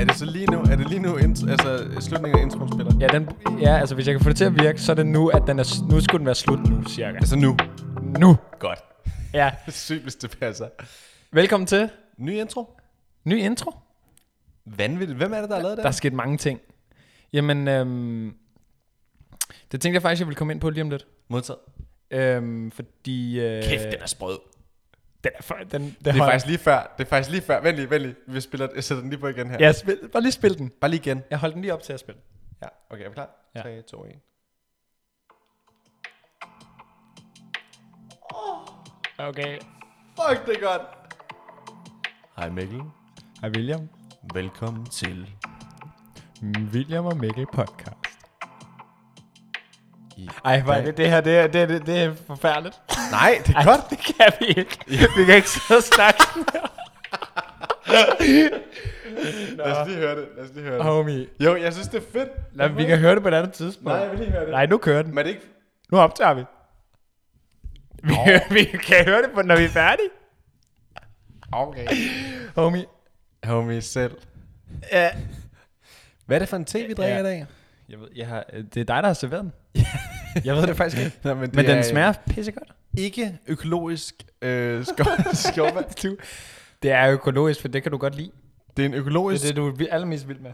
Er det så lige nu, er det lige nu int, altså, slutningen af introen spiller? Ja, den, ja, altså hvis jeg kan få det til at virke, så er det nu, at den er, s- nu skulle den være slut nu, cirka. Altså nu. Nu! Godt. Ja. Sygt, hvis det passer. Velkommen til Ny intro. ny intro. Vanvittigt. Hvem er det, der har lavet det? Der er sket mange ting. Jamen, øhm, det tænkte jeg faktisk, jeg ville komme ind på lige om lidt. Modtaget. Øhm, fordi... Øh, er sprød. den er for, den, den Det er faktisk lige før. Det er faktisk lige før. Vent lige, vent lige. Vi spiller, jeg sætter den lige på igen her. Ja, spil, bare lige spil den. Bare lige igen. Jeg holdt den lige op til at spille. Ja, okay, er vi klar? Ja. 3, 2, 1. Okay. Fuck, det er godt. Hej Mikkel. Hej William. Velkommen til. William og Mikkel podcast. I Ej, hvor er dag- det, det her, det, er- det, er- det, det er forfærdeligt. Nej, det er godt. det kan vi ikke. Vi kan ikke sidde og snakke Lad os lige høre det. Lad os lige høre det. Homie. Jo, jeg synes, det er fedt. Lad, vi kan høre det på et andet tidspunkt. Nej, jeg vil lige høre det. Nej nu kører den. Men er det ikke... Nu optager vi. Vi, vi kan høre det, på, når vi er færdige. Okay. Homie. Homie selv. Ja. Hvad er det for en te, vi drikker Ja. i dag? Jeg ved, jeg har, øh, det er dig, der har serveret den. jeg ved det faktisk ikke. Nej, men det Men er øh, den smager pissegodt. ikke økologisk øh, skov, skovvand. Det er økologisk, for det kan du godt lide. det er en Det økologisk, er det, du er vi- allermest vild med.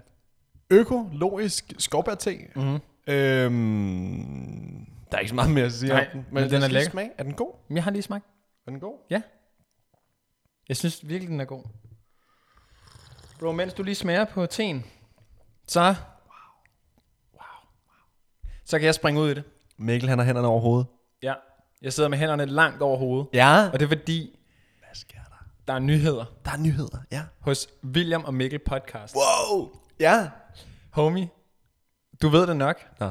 økologisk skovbærte. Mhm. Øhm, der er ikke så meget mere at sige Nej, om den. men den lad os er lige lækker. Smage. Er den god? Men Jeg har lige smagt. Er den god? Jeg synes virkelig, den er god. Bro, mens du lige smager på teen, så... Wow. Wow. Så kan jeg springe ud i det. Mikkel, han har hænderne over hovedet. Ja. Jeg sidder med hænderne langt over hovedet. Ja. Og det er fordi, Hvad sker der? der er nyheder Der er nyheder, ja. hos William og Mikkel podcast. Wow! Ja. Homie, du ved det nok. Nå.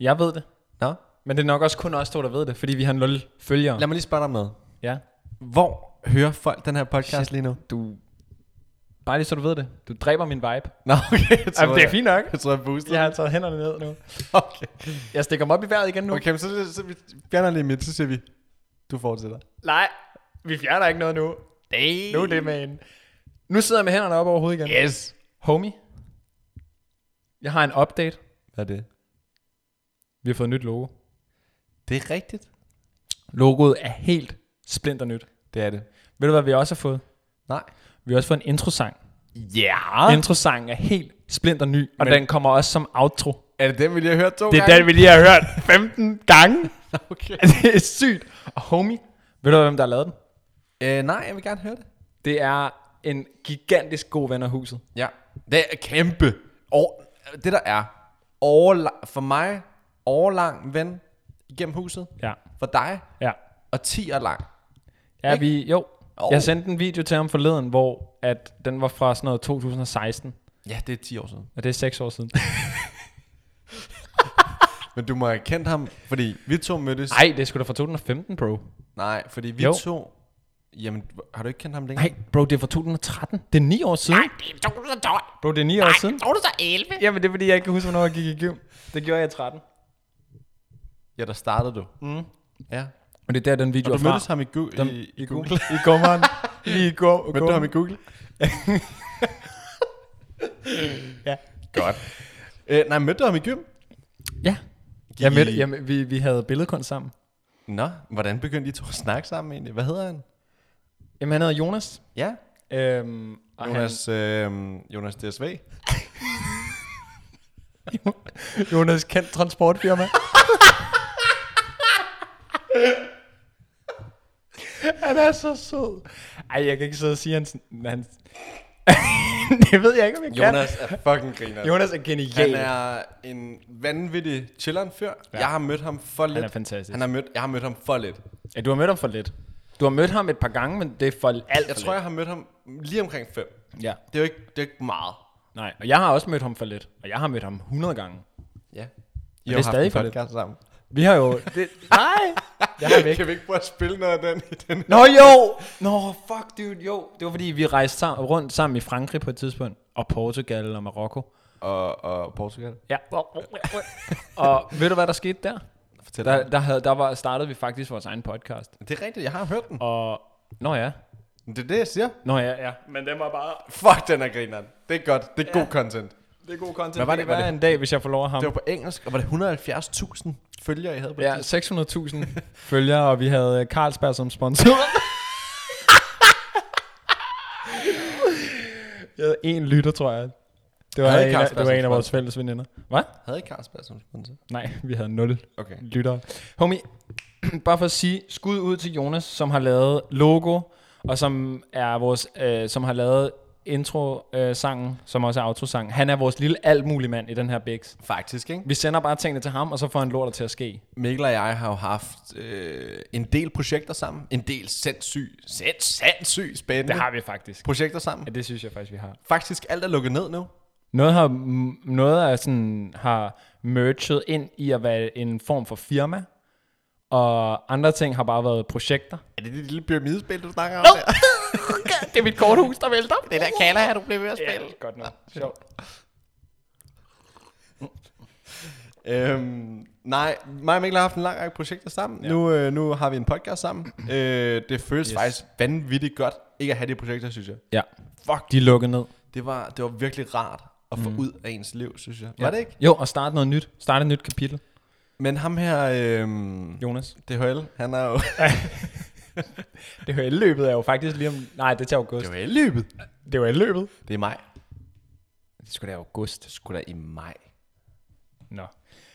Jeg ved det. Nå. Men det er nok også kun os to, der ved det, fordi vi har nul følgere. Lad mig lige spørge dig om noget. Ja. Hvor hører folk den her podcast Shit. lige nu? Du... Bare lige så du ved det. Du dræber min vibe. Nå, okay. Jeg tror, Jamen, det er jeg, fint nok. jeg tror, jeg boostede. Jeg har taget hænderne ned nu. Okay. Jeg stikker dem op i vejret igen nu. Okay, men så, så, så vi fjerner lige midt, så siger vi, du fortsætter. Nej, vi fjerner ikke noget nu. Damn. Nu er det med en. Nu sidder jeg med hænderne op over hovedet igen. Yes. Homie, jeg har en update. Hvad er det? Vi har fået nyt logo. Det er rigtigt. Logoet er helt splinter nyt. Det er det. Ved du, hvad vi også har fået? Nej. Vi har også fået en introsang. Ja. Ah. Yeah. Introsangen er helt splinter ny, og Men- den kommer også som outro. Er det den, vi lige har hørt to Det er gange? den, vi lige har hørt 15 gange. Okay. det er sygt. Og homie, ved du, hvem der har lavet den? Øh, nej, jeg vil gerne høre det. Det er en gigantisk god ven af huset. Ja. Det er kæmpe. Og, det der er, overla- for mig, overlang ven igennem huset. Ja. For dig, Ja. og 10 år lang. Ja, Ikke? vi, jo. Jo. Oh. Jeg sendte en video til ham forleden, hvor at den var fra sådan noget 2016, Ja, det er 10 år siden. og det er 6 år siden. Men du må have kendt ham, fordi vi to mødtes. Nej, det skulle da fra 2015, bro. Nej, fordi vi Jo. to... Jamen, har du ikke kendt ham længere? Nej, bro, det er fra 2013. Det er 9 år siden. Nej, Det er 2012. bro, det er 9 år siden. Tror du så 11? Jamen, det er fordi, jeg ikke kan huske, hvornår jeg gik i gym. Det gjorde jeg i 13. Ja, der startede du. Mm. Ja. Og det er der, den video Og er du fra. mødtes ham i, gu- Dem- i, i Google. I gummeren. Lige i gum. Mødte du ham i Google? Ja. Godt. Øh, nej, mødte du ham i gym? Ja. Jeg mødte, jeg, vi, vi havde billedkunst sammen. Nå, hvordan begyndte I to at snakke sammen egentlig? Hvad hedder han? Jamen, han hedder Jonas. Ja, Øhm, og Jonas, øh, Jonas DSV. Han, Jonas kendt transportfirma. han er så sød. Ej, jeg kan ikke sidde og sige hans... hans det ved jeg ikke, om jeg kan. Jonas er fucking griner. Jonas er genial. Han er en vanvittig chilleren fyr. Ja. Jeg har mødt ham for lidt. er fantastisk. Han har mødt, jeg har mødt ham for lidt. Ja, du har mødt ham for lidt. Du har mødt ham et par gange, men det er for alt Jeg for tror, jeg har mødt ham lige omkring fem. lidt. Ja. Det er jo ikke, det er ikke meget. Nej, og jeg har også mødt ham for lidt. Og jeg har mødt ham 100 gange. Ja. I det har er haft stadig en for lidt. podcast sammen. Vi har jo... Det, nej! Jeg har væk. Kan vi ikke prøve at spille noget af den i den Nå jo! Nå, fuck dude, jo. Det var fordi, vi rejste sammen, rundt sammen i Frankrig på et tidspunkt. Og Portugal og Marokko. og, og Portugal. Ja. Og ved du, hvad der skete der? Fortæl Der, der, havde, der var, startede vi faktisk vores egen podcast. Det er rigtigt, jeg har hørt den. Og, nå ja. Men Det er det, jeg siger. Nå ja, ja. Men den var bare... Fuck, den er grineren. Det er godt. Det er ja. god content. Det er god content. Hvad var det, kan var være det? en dag, hvis jeg får lov af ham. Det var på engelsk, og var det 170.000 følgere, jeg havde på det? Ja, 600.000 følgere, og vi havde øh, Carlsberg som sponsor. jeg havde en lytter, tror jeg. Det var, Havde I en af, Carlsberg det var som en af vores sponsor? fælles veninder. Hvad? Havde I Carlsberg som sponsor? Nej, vi havde 0 Okay. lyttere. Homie, bare for at sige, skud ud til Jonas, som har lavet logo, og som er vores, øh, som har lavet intro-sangen, som også er outro-sangen. Han er vores lille alt mulig mand i den her biks. Faktisk, ikke? Vi sender bare tingene til ham, og så får han lortet til at ske. Mikkel og jeg har jo haft øh, en del projekter sammen. En del sindssyg, sind, sindssyg spændende Det har vi faktisk. projekter sammen. Ja, det synes jeg faktisk, vi har. Faktisk alt er lukket ned nu. Noget har, m- noget er sådan, har merged ind i at være en form for firma, og andre ting har bare været projekter. Er det det lille pyramidespil, du snakker om Nå! der? det er mit korthus, der vælter. Det der kalder jeg, du bliver ved at Ja, spille. godt nu. Sjovt. Øhm, nej, mig og Mikkel har haft en lang række projekter sammen. Ja. Nu, øh, nu har vi en podcast sammen. øh, det føles yes. faktisk vanvittigt godt, ikke at have de projekter, synes jeg. Ja. Fuck. De er lukket ned. Det var, det var virkelig rart at få mm. ud af ens liv, synes jeg. Ja. Var det ikke? Jo, og starte noget nyt. Starte et nyt kapitel, Men ham her, øh, Jonas. DHL, han er jo... Det her løbet er jo faktisk lige om... Nej, det er til august. DHL-løbet? Det var løbet. Det er i maj. Det skulle da august. Det skulle da i maj. Nå.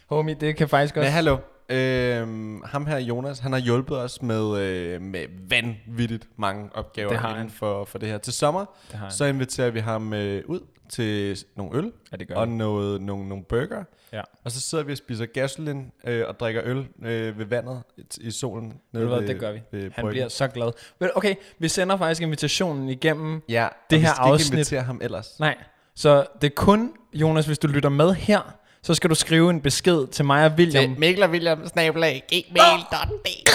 Homie, det kan faktisk også... Men hallo. Øhm, ham her, Jonas, han har hjulpet os med, øh, med vanvittigt mange opgaver Det har han. inden for, for det her. Til sommer, Det har han. så inviterer vi ham øh, ud til nogle øl Ja, det gør og vi. noget, nogle, nogle burger. Ja. Og så sidder vi og spiser gasolin øh, og drikker øl øh, ved vandet i- i solen. Ved du nede hvad, ved- det gør vi. ved Han bryggen. bliver så glad. Men Okay, vi sender faktisk invitationen igennem Ja, det og her vi skal afsnit- ikke invitere ham ellers. Nej, så det er kun, Jonas, hvis du lytter med her, så skal du skrive en besked til mig og William. Mikkel og William, snabelag, gmail.dk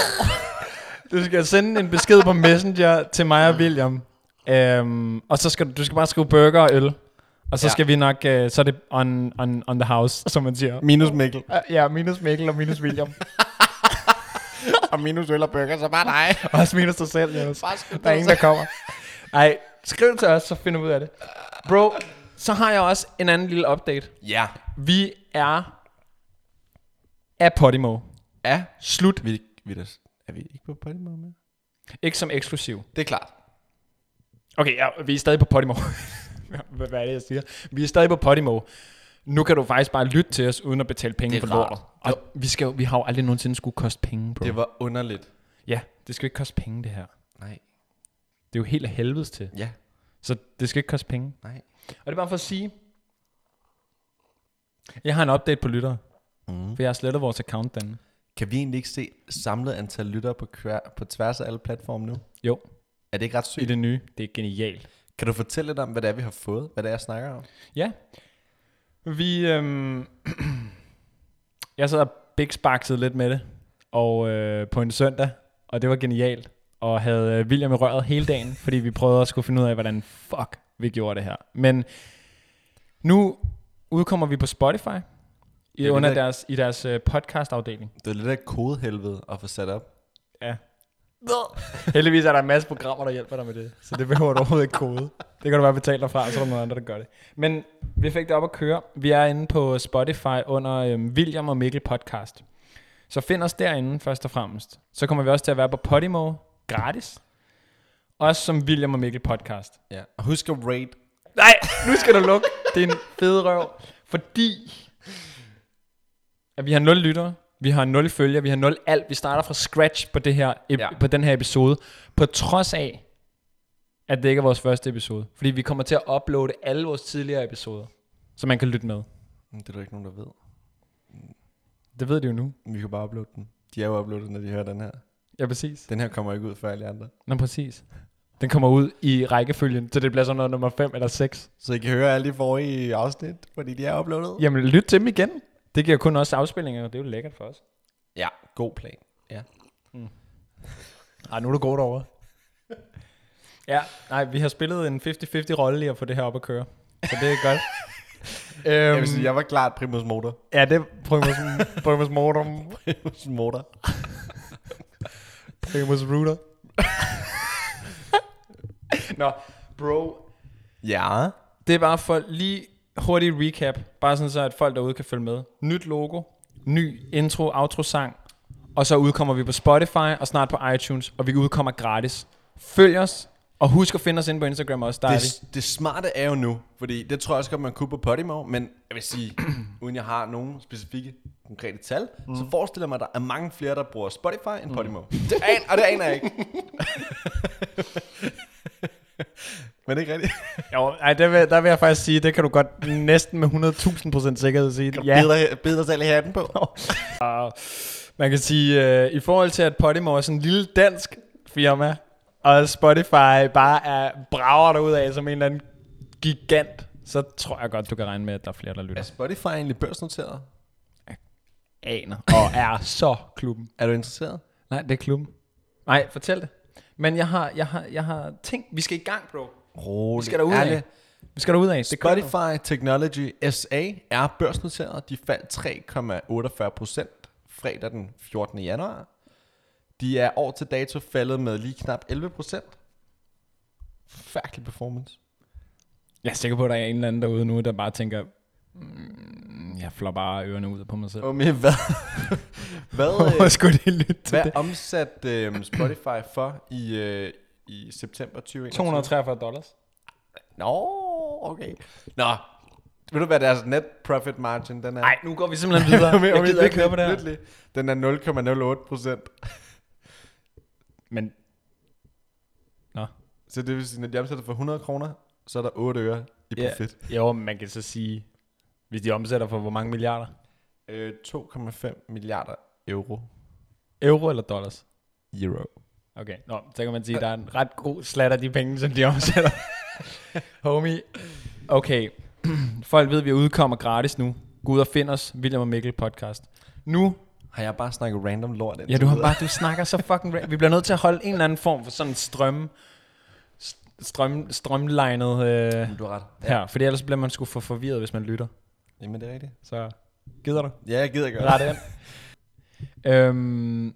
Du skal sende en besked på Messenger til mig og William. Øhm, og så skal du, du skal bare skrive burger og øl. Og så Ja. ja. skal vi nok, øh, så er det on, on, on the house, som man siger. Minus Mikkel. Øh, Ja, minus Mikkel og minus William. og minus øl og burger, så bare dig. Også minus dig selv, Jonas. Bare skriv Der er til ingen, der kommer. Ej, skriv til os, så finder vi ud af det. Bro, så har jeg også en anden lille update. Ja. Vi er af Podimo. Ja. Slut. Vi, vi er, er vi ikke på Podimo med? Ikke som eksklusiv. Det er klart. Okay, ja, vi er stadig på Podimo. Hvad hvad er det, jeg siger? Vi er stadig på Podimo. Nu kan du faktisk bare lytte til os, uden at betale penge Det er for rart. lortet. Og vi, skal, jo- vi har jo aldrig nogensinde skulle koste penge, bro. Det var underligt. Ja, det skal jo ikke koste penge, det her. Nej. Det er jo helt af helvedes til. Ja. Så det skal ikke koste penge. Nej. Og det er bare for at sige, jeg har en update på lyttere. Mm. For jeg har slettet vores account den. Kan vi egentlig ikke se samlet antal lyttere på, kvær, på tværs af alle platforme nu? Jo, Er det ikke ret i sygt? det nye. Det er genialt. Kan du fortælle lidt om, hvad det er, vi har fået? Hvad det er, jeg snakker om? Ja. Vi, øhm, jeg sad og bigsbaksede lidt med det og øh, på en søndag, og det var genialt. Og havde øh, William i røret hele dagen, fordi vi prøvede at skulle finde ud af, hvordan fuck vi gjorde det her. Men nu udkommer vi på Spotify i, er under lidt af- deres, i deres øh, podcastafdeling. Det er lidt af kodehelvede at få sat op. Ja. Heldigvis er der en masse programmer, der hjælper dig med det, så det behøver du overhovedet ikke kode. Det kan du bare betale dig fra, så er der nogle andre, der gør det. Men vi fik det op at køre. Vi er inde på Spotify under øhm, William og Mikkel podcast. Så find os derinde først og fremmest. Så kommer vi også til at være på Podimo gratis. Også som William og Mikkel podcast. Ja. Og husk at rate. Nej, nu skal du lukke din fede røv. Fordi at vi har 0 lyttere, vi har 0 følger, vi har 0 alt. Vi starter fra scratch på, det her, Ja. ja. på den her episode. På trods af, at det ikke er vores første episode. Fordi vi kommer til at uploade alle vores tidligere episoder, så man kan lytte med. Men Hm, Det er der ikke nogen, der ved. Det ved de jo nu. Vi kan bare uploade den. De er jo uploadet, når de hører den her. Ja, præcis. Den her kommer ikke ud før alle andre. Nå, præcis. Den kommer ud i rækkefølgen, så det bliver sådan noget nummer 5 eller 6. Så I kan høre alle de forrige afsnit, fordi de er uploadet. Jamen, lyt til dem igen. Det giver kun også afspillinger, og det er jo lækkert for os. Ja, god plan. Ja. Mm. Ej, nu er du godt over. ja, nej, vi har spillet en 50-50 rolle i at få det her op at køre. Så det er godt. øhm, Jeg vil sige, jeg var klart primus motor. Ja, det er Primus, Primus Mortem, primus motor. Primus Router. Nå, bro, Ja. Det er bare for lige hurtig recap, bare sådan så, at folk derude kan følge med. Nyt logo, ny intro, outro sang, og så udkommer vi på Spotify og snart på iTunes, og vi udkommer gratis. Følg os, og husk at finde os inde på Instagram også, der det er vi. Det, det smarte er jo nu, fordi det tror jeg også godt, man kunne på Podimo, men jeg vil sige, uden jeg har nogen specifikke konkrete tal, mm. så forestiller jeg mig, at der er mange flere, der bruger Spotify end mm. Podimo. Det an, og det aner jeg ikke. men det er ikke rigtigt. Jo, ej, der, vil, der vil jeg faktisk sige, det kan du godt næsten med 100.000% sikkerhed sige. Ja. Bid, dig, bid dig selv i hatten på. Man kan sige, øh, i forhold til at Podimo er sådan en lille dansk firma, og Spotify bare er brager dig ud af som en eller anden gigant, så tror jeg godt, du kan regne med, at der er flere, der Er lytter. Spotify egentlig børsnoteret? Aner. Og er så klubben. Er du interesseret? Nej, det er klubben. Nej, fortæl det. Men jeg har, jeg har, jeg har tænkt, vi skal i gang, bro. Rolig. Vi skal derud af. Vi skal derud af. Det kører. Spotify Technology SA er børsnoteret. De faldt 3,48 procent fredag den 14. januar. De er år til dato faldet med lige knap 11 procent. Færkelig performance. Jeg er sikker på, at der er en eller anden derude nu, der bare tænker, mm, jeg flår bare ørerne ud på mig selv. Og med hvad? hvad, Hvorfor øh, skulle de lytte til hvad det? omsat øh, Spotify for i, øh, i september 2021? 243 dollars. Nå, okay. Nå, ved du hvad deres net profit margin den er? Nej, nu går vi simpelthen videre. jeg gider ikke høre på det her. Lyt lige. Den er 0,08 procent. Men, nå. Så det vil sige, når de omsætter for 100 kroner, så er der 8 øre i Ja. profit. Jo, men man kan så sige, hvis de omsætter for hvor mange milliarder? Øh, 2,5 milliarder euro. Euro eller dollars? Euro. Okay, nå, så kan man sige, at der er en ret god slat af de penge, som de omsætter. Homie. Okay, folk ved, at vi udkommer gratis nu. Gå ud og find os, William og Mikkel podcast. Nu, Har jeg bare snakket random lort ja, du, har bare, du snakker så fucking... ra- Vi bliver nødt til at holde en eller anden form for sådan en strøm, st- strøm, strømlignet øh, Du har ret. her, fordi ellers bliver man sgu for forvirret, hvis man lytter. Jamen, det er rigtigt. Så gider du? Ja, jeg gider godt. Ret ind. øhm,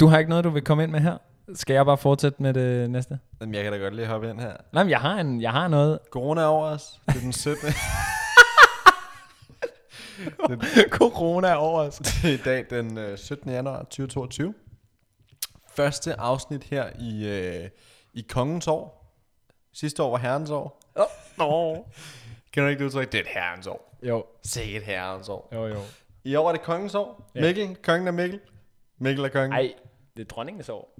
du har ikke noget, du vil komme ind med her? Skal jeg bare fortsætte med det næste? Jamen, jeg kan da godt lige hoppe ind her. Nej, men jeg har, en, jeg har noget. Corona er over os. Det er den 17. Corona er over os. Det er i dag den øh, 17. januar 2022. Første afsnit her i, øh, i Kongens År. Sidste år var Herrens År. Nå. Kan du ikke det udtryk? Det er et Herrens År. Jo, Se et Herrens År. jo, jo. I år er det Kongens År. Ja. Mikkel, kongen er Mikkel. Mikkel er kongen. Ej, det er dronningens år.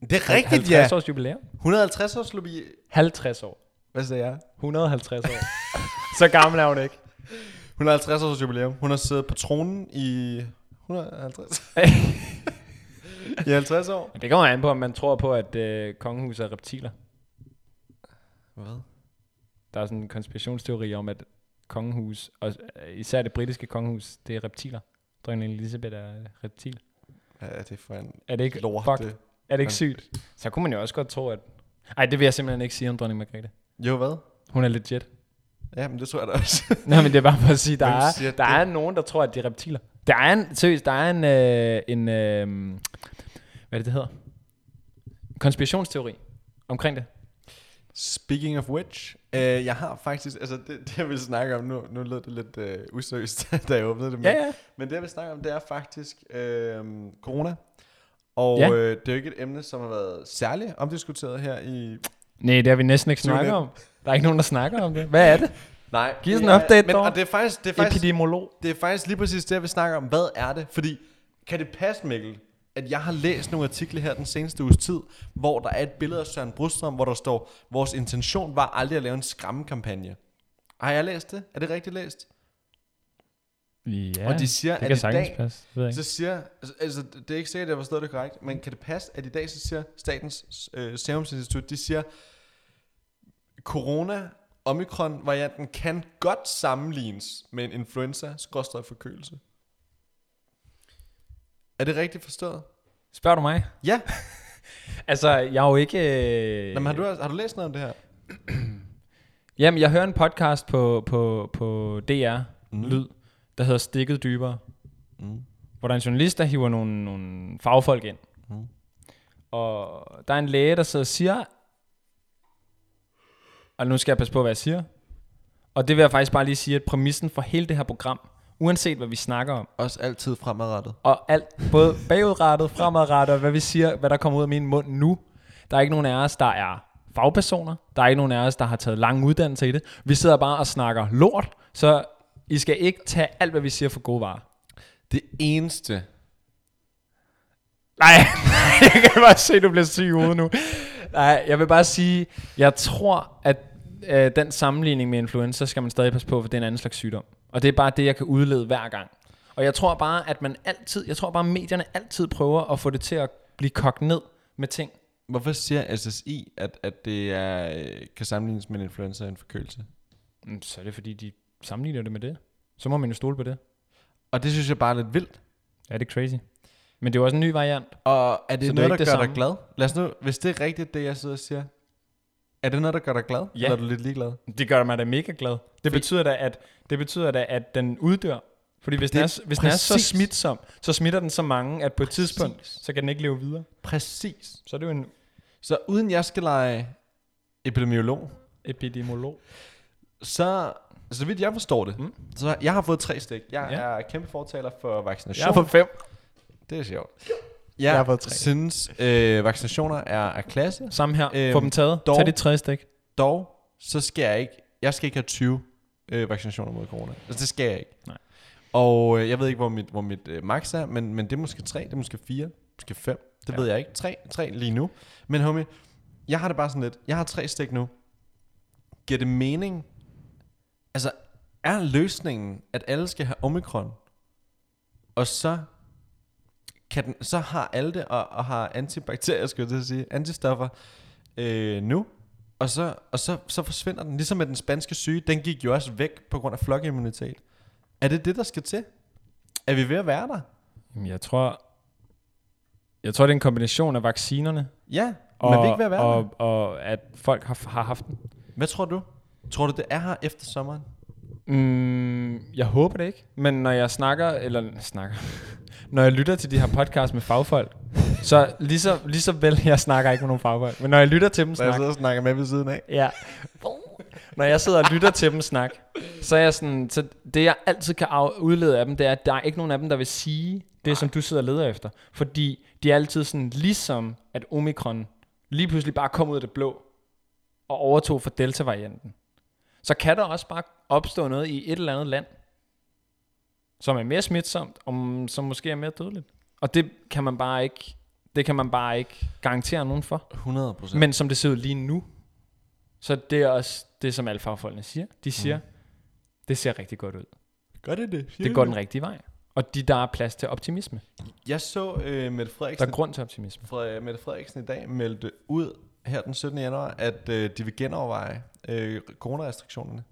Det er rigtigt, 50 ja. års jubilæum. 150 års lobby. 50 år. Hvad sagde jeg? 150 år. så gammel er hun ikke. 150 års jubilæum. Hun har siddet på tronen i 150, i 50 år. det kommer an på, om man tror på, at øh, kongehuset er reptiler. Hvad? Der er sådan en konspirationsteori om, at kongehus, og øh, især det britiske kongehus, det er reptiler. Dronning Elisabeth er reptil. Hvad er det for en Er det ikke, lort? fuck, det? er det ikke Ja. sygt? Så kunne man jo også godt tro, at... Ej, det vil jeg simpelthen ikke sige om dronning Margrethe. Jo, hvad? Hun er legit. Ja, men det tror jeg da også. Nej, men det er bare for at sige, der, Hvem er, siger der det? er nogen, der tror, at de er reptiler. Der er en, seriøst, der er en, øh, en øh, hvad er det, det hedder? Konspirationsteori omkring det. Speaking of which, øh, jeg har faktisk, altså det, det jeg vil snakke om, nu, nu lød det lidt øh, useriøst, da jeg åbnede det, men, Ja, ja. men det jeg vil snakke om, det er faktisk øh, corona, og Ja. ja. øh, det er jo ikke et emne, som har været særligt omdiskuteret her i... Nej, det har vi næsten ikke Tune snakket in. om. Der er ikke nogen, der snakker om det. Hvad er det? Nej. Giv os en det er- update men, dog. Og det er faktisk, det er faktisk, Epidemiolog. det er faktisk lige præcis det, jeg vil snakke om. Hvad er det? Fordi, kan det passe, Mikkel, at jeg har læst nogle artikler her den seneste uges tid, hvor der er et billede af Søren Brustrom, hvor der står, vores intention var aldrig at lave en skræmmekampagne. Har jeg læst det? Er det rigtigt læst? Ja, Og de siger, det at kan i sagtens dag, passe. Det ved jeg ikke. Så siger, altså- altså det er ikke sikkert, at jeg har forstået det korrekt, men kan det passe, at i dag så siger Statens øh, Serum Institut, de siger, corona, omikron-varianten kan godt sammenlignes med en influenza, skråstrej forkølelse. Er det rigtigt forstået? Spørger du mig? Ja. Altså, jeg er jo ikke... Øh... Nå, men har, du, har du læst noget om det her? Jamen, jeg hører en podcast på, på, på DR mm. Lyd, der hedder Stikket Dybere, mm. hvor der er en journalist, der hiver nogle, nogle fagfolk ind. Mm. Og der er en læge, der sidder og siger, og nu skal jeg passe på, hvad jeg siger. Og det vil jeg faktisk bare lige sige, at præmissen for hele det her program, uanset hvad vi snakker om, Også altid fremadrettet. og alt, både bagudrettet, fremadrettet, og hvad vi siger, hvad der kommer ud af min mund nu. Der er ikke nogen af os, der er fagpersoner. Der er ikke nogen af os, der har taget lang uddannelse i det. Vi sidder bare og snakker lort, så I skal ikke tage alt, hvad vi siger for gode varer. Det eneste, Nej, jeg kan bare se, at du bliver syg i hovedet nu. Nej, jeg vil bare sige, jeg tror, at øh, den sammenligning med influenza skal man stadig passe på, for det er en anden slags sygdom. Og det er bare det, jeg kan udlede hver gang. Og jeg tror bare, at man altid, jeg tror bare, at medierne altid prøver at få det til at blive kogt ned med ting. hvorfor siger SSI, at, at det er, øh, kan sammenlignes med en influenza og en forkølelse? Mm, Så er det, fordi de sammenligner det med det. Så må man jo stole på det. Og det synes jeg bare er lidt vildt. Ja, det er crazy. Men det er jo også en ny variant. Og er det Så det er så noget, det ikke der det gør samme? dig glad? Lad os nu, hvis det er rigtigt, det jeg sidder og siger, er det noget, der gør dig glad? Ja. Eller er du lidt ligeglad? Det gør mig da mega glad. Det betyder da, at, det betyder da, at den uddør. Fordi hvis, den Det er, er s- hvis den er så præcis. smitsom, så smitter den så mange, at på et tidspunkt, Præcis. så kan den ikke leve videre. Præcis. Så er det jo en Så uden jeg skal lege epidemiolog, epidemiolog. så, så vidt jeg forstår det, Mm. mm. så jeg har fået tre stik. Jeg Ja. ja. er kæmpe fortaler for vaccination. fem. Det er sjovt. Jeg Jeg, har jeg fået tre. synes, øh, vaccinationer er, er klasse. Samme her. Øhm, Øhm, Få dem taget. Dog. dog- Tag dit tredje stik. Dog, så skal jeg ikke, jeg skal ikke have 20 øh, vaccinationer mod corona. Altså, det skal jeg ikke. Nej. Og øh, jeg ved ikke, hvor mit, hvor mit øh, max er, men, men det er måske 3, det er måske 4, måske 5. Det Ja. ja. ved jeg ikke. 3, 3 lige nu. Men homie, jeg har det bare sådan lidt. Jeg har tre stik nu. Giver det mening? Altså, er løsningen, at alle skal have omikron, og så kan den, så har alle det, og, og har antibakterier, skulle jeg til at sige, antistoffer øh, nu, og, så, og så, så forsvinder den. Ligesom med den spanske syge, den gik jo også væk på grund af flokimmunitet. Er det det, der skal til? Er vi ved at være der? Jamen, Jeg tror, jeg tror, det er en kombination af vaccinerne, Ja, og, og, men vi er ikke ved at være og, der. og, og at folk har, har haft den. Hvad tror du? Tror du, det er her efter sommeren? Mm, jeg håber det ikke, men når jeg snakker, eller snakker, når jeg lytter til de her podcasts med fagfolk, så lige så, lige så vel, jeg snakker ikke med nogen fagfolk, men når jeg lytter til dem snakke, og snakker med ved siden af. ja, når jeg sidder og lytter til dem snakke, så er jeg sådan, så det jeg altid kan af, udlede af dem, det er, at der er ikke nogen af dem, der vil sige det, som du sidder og leder efter, fordi de er altid sådan, ligesom at omikron lige pludselig bare kom ud af det blå, og overtog for Delta-varianten, så kan der også bare opstå noget i et eller andet land, som er mere smitsomt, og m- som måske er mere dødeligt. Og det kan man bare ikke, det kan man bare ikke garantere nogen for. 100 procent. Men som det ser ud lige nu, så det er også det, som alle fagfolkene siger. De siger, mm. det ser rigtig godt ud. Gør det det? Det går den rigtige vej. Og de, der er plads til optimisme. Jeg så øh, Mette, Der Frederiksen, er grund til optimisme. Fred, Mette Frederiksen i dag meldte ud her den 17. januar, at øh, de vil genoverveje øh, coronarestriktionerne.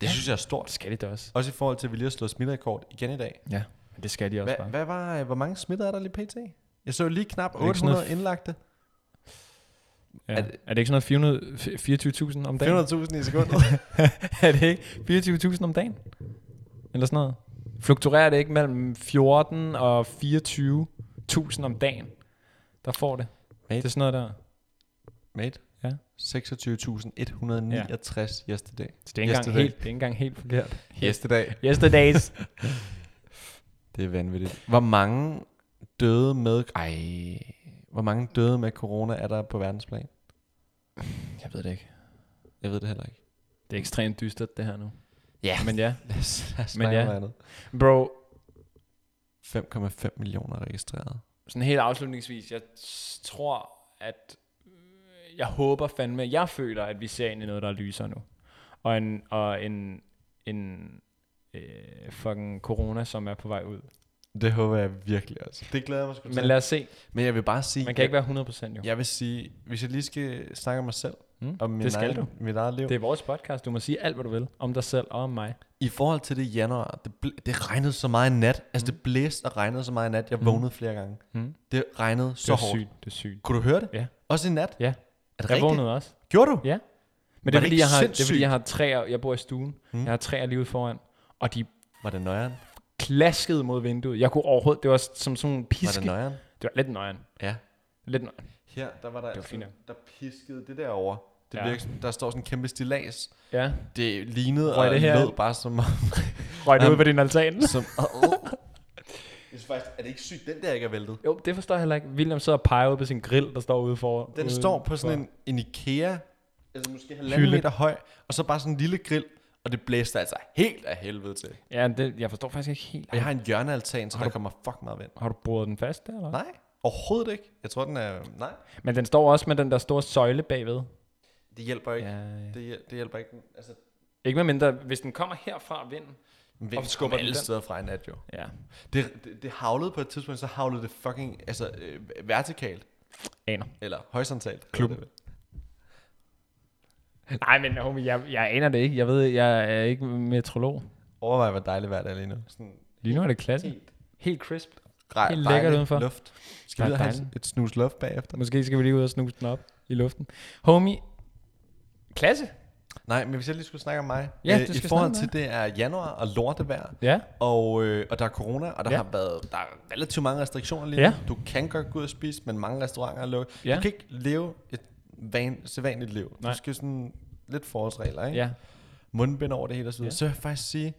Det synes jeg er Og stort. skal det da også. Også i forhold til, at vi lige har slået smitterekord igen i dag. Ja. Men det skal de også Hva, Hva? bare. hvad var, øh, hvor mange smittede er der lige pt? Jeg så lige knap Er det ikke sådan 800 noget indlagte. Ja. Er, Er det, er det ikke sådan noget 400 f- 24.000 om dagen? 500.000 i sekundet. er det ikke 24.000 om dagen? Eller sådan noget? Fluktuerer det ikke mellem 14 og 24.000 om dagen? Der får det. Mate. Det er sådan noget der. Mate. Ja. 26.169 yesterday. Så det er ikke engang Yesterday. helt, det er ikke engang helt forkert. Yesterday. Yesterdays. Det er vanvittigt. Hvor mange døde med... Ej, hvor mange døde med corona er der på verdensplan? Jeg ved det ikke. Jeg ved det heller ikke. Det er ekstremt dystert, det her nu. Ja. Men ja. Lad os, lad os Men snakke ja. om noget andet. Bro, 5,5 millioner registreret. sådan helt afslutningsvis, jeg s- tror, at øh, jeg håber fandme, jeg føler, at vi ser ind i noget, der er lysere nu. Og en, og en, en øh, fucking corona, som er på vej ud. Det håber jeg virkelig også. Det glæder jeg mig sgu Men lad os se. Men jeg vil bare sige... Man kan ikke være 100% jo. jeg, jeg vil sige, hvis jeg lige skal snakke om mig selv, Mm? om min Det skal egen, du. mit eget liv. Det er vores podcast. Du må sige alt, hvad du vil om dig selv og om mig. I forhold til det i januar, det, bl- det regnede så meget i nat. Altså, det blæste og regnede så meget i nat. Jeg Mm. vågnede flere gange. Mm? Det regnede Det så er hårdt. sygt. Det er sygt. Kunne du høre det? Ja. Også i nat? Ja. Er det Jeg rigtigt? vågnede også. Gjorde du? Ja. Var Men det er, det fordi, ikke jeg har, det er fordi, sindssygt? jeg har træer. Jeg bor i stuen. Mm. Jeg har træer lige ude foran. Og de Var det nøjeren? klaskede mod vinduet. Jeg kunne overhovedet, det var som sådan en Var det piske. nøjeren? Det var lidt nøjeren. Ja. Lidt nøjeren. Her, der var der, var fint sådan, der piskede det derovre. Det Ja. ja. virker, som- der står sådan en kæmpe stilas. Ja. Det lignede og Røg det det her- lød bare som... Røg det Um, ud på din altan? som Jeg synes faktisk, er det ikke sygt, den der ikke er væltet? Jo, det forstår jeg heller ikke. William sidder og peger ud på sin grill, der står ude foran. Den ude står på sådan foran. en, en Ikea, altså måske halvanden Hylde. meter høj, og så bare sådan en lille grill, og det blæste altså helt af helvede til. Ja, det, jeg forstår faktisk ikke helt. Og jeg har en hjørnealtan, så der kommer fuck meget vind. Har du boret den fast der, eller? Nej, overhovedet ikke. Jeg tror, den er... Nej, Men den står også med den der store søjle bagved. det hjælper ikke. Ja. øh. ja. Det, hjæl- det hjælper ikke. Altså, Ikke med mindre, hvis den kommer herfra vinden. vind skubber skubber den alle den? steder fra i nat, jo. Ja. Det, det, det havlede på et tidspunkt, så havlede det fucking altså, øh, vertikalt. Aner. Eller horisontalt. Klubben. Eller det- Nej, men homie, jeg, jeg aner det ikke. Jeg ved, jeg er ikke metrolog. Overvej, hvor dejligt vejr det er lige nu. Sådan Lige nu er det klasse. helt Helt crisp. rej, Helt lækkert dejlig udenfor. luft. Skal vi Der ud er og have et, dejligt. et snus luft bagefter? Måske skal vi lige ud og snuse den op i luften. Homie, klasse. Nej, men hvis jeg lige skulle snakke om mig. Ja, Øh, du skal I forhold snakke om til, det er januar og lortevejr, Ja. og, øh, og der er corona, og der Ja. ja. har været der er relativt mange restriktioner lige Ja. nu. Du kan godt gå ud og spise, men mange restauranter er lukket. Ja. Du kan ikke leve et van, sædvanligt liv. Nej. Du skal sådan lidt forholdsregler, ikke? Ja. mundbind over det hele og så videre, Ja. ja. så vil jeg faktisk sige,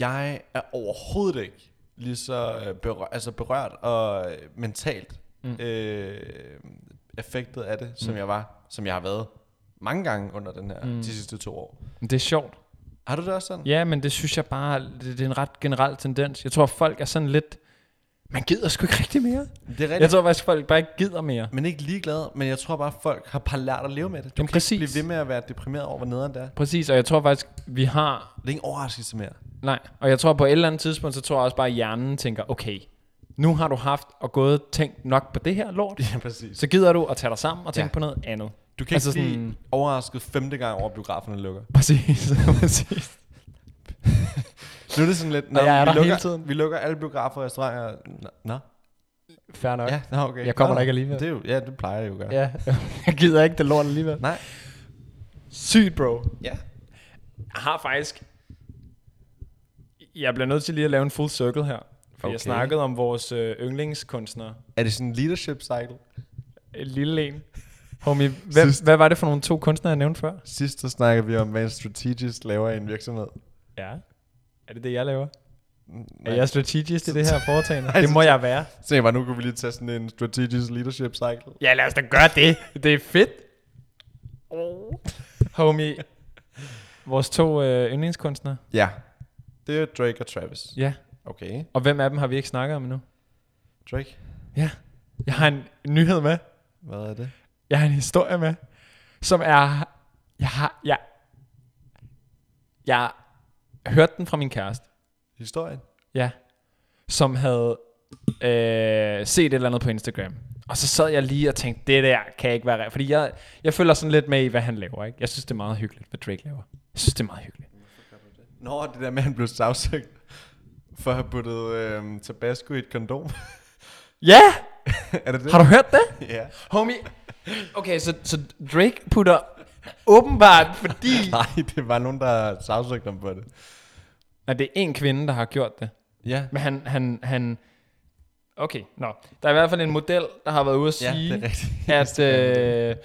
jeg er overhovedet ikke lige så øh, berør, altså berørt og øh, mentalt Mm. mm. øh, effektet af det, som mm. jeg var, som jeg har været mange gange under den her, Mm. mm. de sidste to år. Men det er sjovt. Har du det også sådan? Ja, men det synes jeg bare, det, det er en ret generel tendens. Jeg tror, folk er sådan lidt, man gider sgu ikke rigtig mere. Det er Jeg rigtigt, tror faktisk, folk bare ikke gider mere. men ikke ligeglad, men jeg tror bare, at folk har bare lært at leve med det. Du Jamen, kan præcis. ikke blive ved med at være deprimeret over, hvor nederen det er. Præcis, og jeg tror faktisk, vi har Det er ingen overraskelse mere. Nej, og jeg tror på et eller andet tidspunkt, så tror jeg også bare, at hjernen tænker, okay, nu har du haft og gået og tænkt nok på det her lort, Ja, præcis. så gider du at tage dig sammen og tænke ja. Ja. på noget andet. Du kan Altså altså ikke blive sådan- overrasket femte gang over, at biograferne lukker. Præcis, præcis. Nu er det sådan lidt, Og jeg er vi, der lukker, hele tiden. vi lukker alle biografer og restauranter. Nå, nå. Fair nok. Ja. Ja, nå, okay. Jeg kommer Nå, der ikke alligevel. Det er jo, ja, det plejer jeg jo at gøre. Ja. ja. jeg gider ikke det lort alligevel. Nej. Sygt, bro. Ja. Jeg har faktisk... Jeg bliver nødt til lige at lave en full circle her. For okay. Okay. jeg snakkede om vores øh, yndlingskunstnere. Er det sådan en leadership cycle? En lille en. Homie, hvad, Sidst. hvad var det for nogle to kunstnere, jeg nævnte før? Sidst der snakkede vi om, hvad en strategist laver i en virksomhed. Ja. Er det det, jeg laver? Er Nej. jeg strategisk i det her foretagende? Nej, Det må jeg være. Så jeg bare, nu kunne vi lige tage sådan en strategisk leadership cycle. Ja, lad os da gøre det. Det er fedt. Oh. Homie. Vores to øh, yndlingskunstnere. Ja. Det er Drake og Travis. Ja. Okay. Og hvem af dem har vi ikke snakket om endnu? Drake, Ja. Jeg har en nyhed med. hvad er det? Jeg har en historie med. Som er... Jeg har... Jeg, jeg hørte den fra min kæreste. Historien? Ja. Som havde øh, set et eller andet på Instagram. Og så sad jeg lige og tænkte, det der kan ikke være rigtigt. Fordi jeg, jeg følger sådan lidt med i, hvad han laver. Ikke? Jeg synes, det er meget hyggeligt, hvad Drake laver. Jeg synes, det er meget hyggeligt. Nå, det der med, at han blev sagsøgt for at have puttet øh, tabasco i et kondom. Ja! er det det? Har du hørt det? Ja. Homie. Okay, så, så Drake putter åbenbart, fordi... Nej, det var nogen, der sagsøgte ham på det. Nej, det er en kvinde, der har gjort det. Ja, Men han... han, han okay, nå. Der er i hvert fald en model, der har været ude at ja sige... det er rigtigt. at, øh,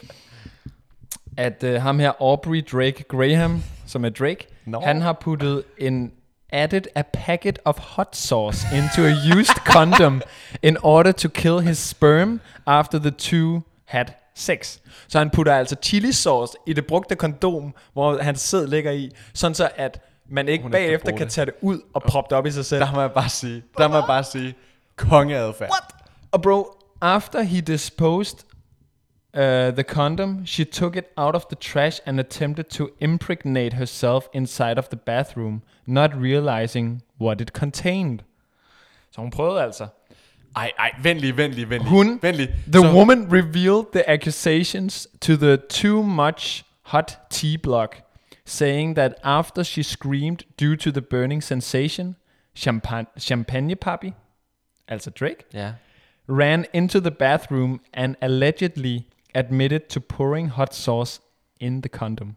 at øh, ham her, Aubrey Drake Graham, som er Drake, Nå. han har puttet en added a packet of hot sauce into a used condom in order to kill his sperm after the two had sex. Så han putter altså chili sauce i det brugte kondom, hvor hans sæd ligger i, sådan så at man ikke Hun ikke kan bagefter bruge kan det. tage det ud og proppe det op i sig selv. Der må jeg bare sige, der må jeg bare sige, kongeadfærd. What? Og bro, after he disposed uh, the condom, she took it out of the trash and attempted to impregnate herself inside of the bathroom, not realizing what it contained. Så hun prøvede altså. Ej, ej, vent lige, vent lige, vent lige. Hun, vent lige. the woman revealed the accusations to the too much hot tea block, saying that after she screamed due to the burning sensation, champagne, champagne papi, altså Drake, Ja. ran into the bathroom and allegedly admitted to pouring hot sauce in the condom.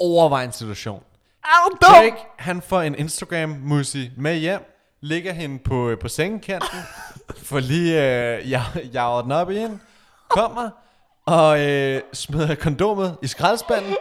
Overvej en situation. Au, Drake, han får en Instagram-musi med hjem, ligger hende på, øh, på sengekanten, For lige øh, jeg, jeg den op igen, kommer og øh, smider kondomet i skraldespanden.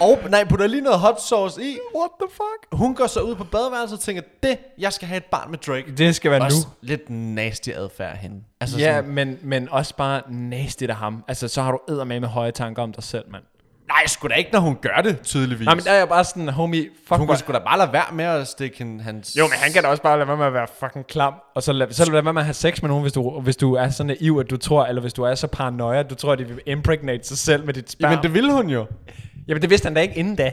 Og nej, putter lige noget hot sauce i. What the fuck? Hun går så ud på badeværelset og tænker, det, jeg skal have et barn med Drake. Det skal være Også nu. lidt nasty adfærd af hende. Altså Ja, sådan, men, men også bare nasty af ham. Altså, så har du med med høje tanker om dig selv, mand. nej, sgu da ikke, når hun gør det, tydeligvis. Nej, men der er jeg bare sådan, homie, fuck hun hvor- kan sgu da bare lade være med at stikke hende, hans... Jo, men han kan da også bare lade være med at være fucking klam, og så lade, så lade være med at have sex med nogen, hvis du, hvis du er så naiv, at du tror, eller hvis du er så paranoia, at du tror, at de vil impregnate sig selv med dit sperm. Jamen, det ville hun jo. Jamen, det vidste han da ikke inden da.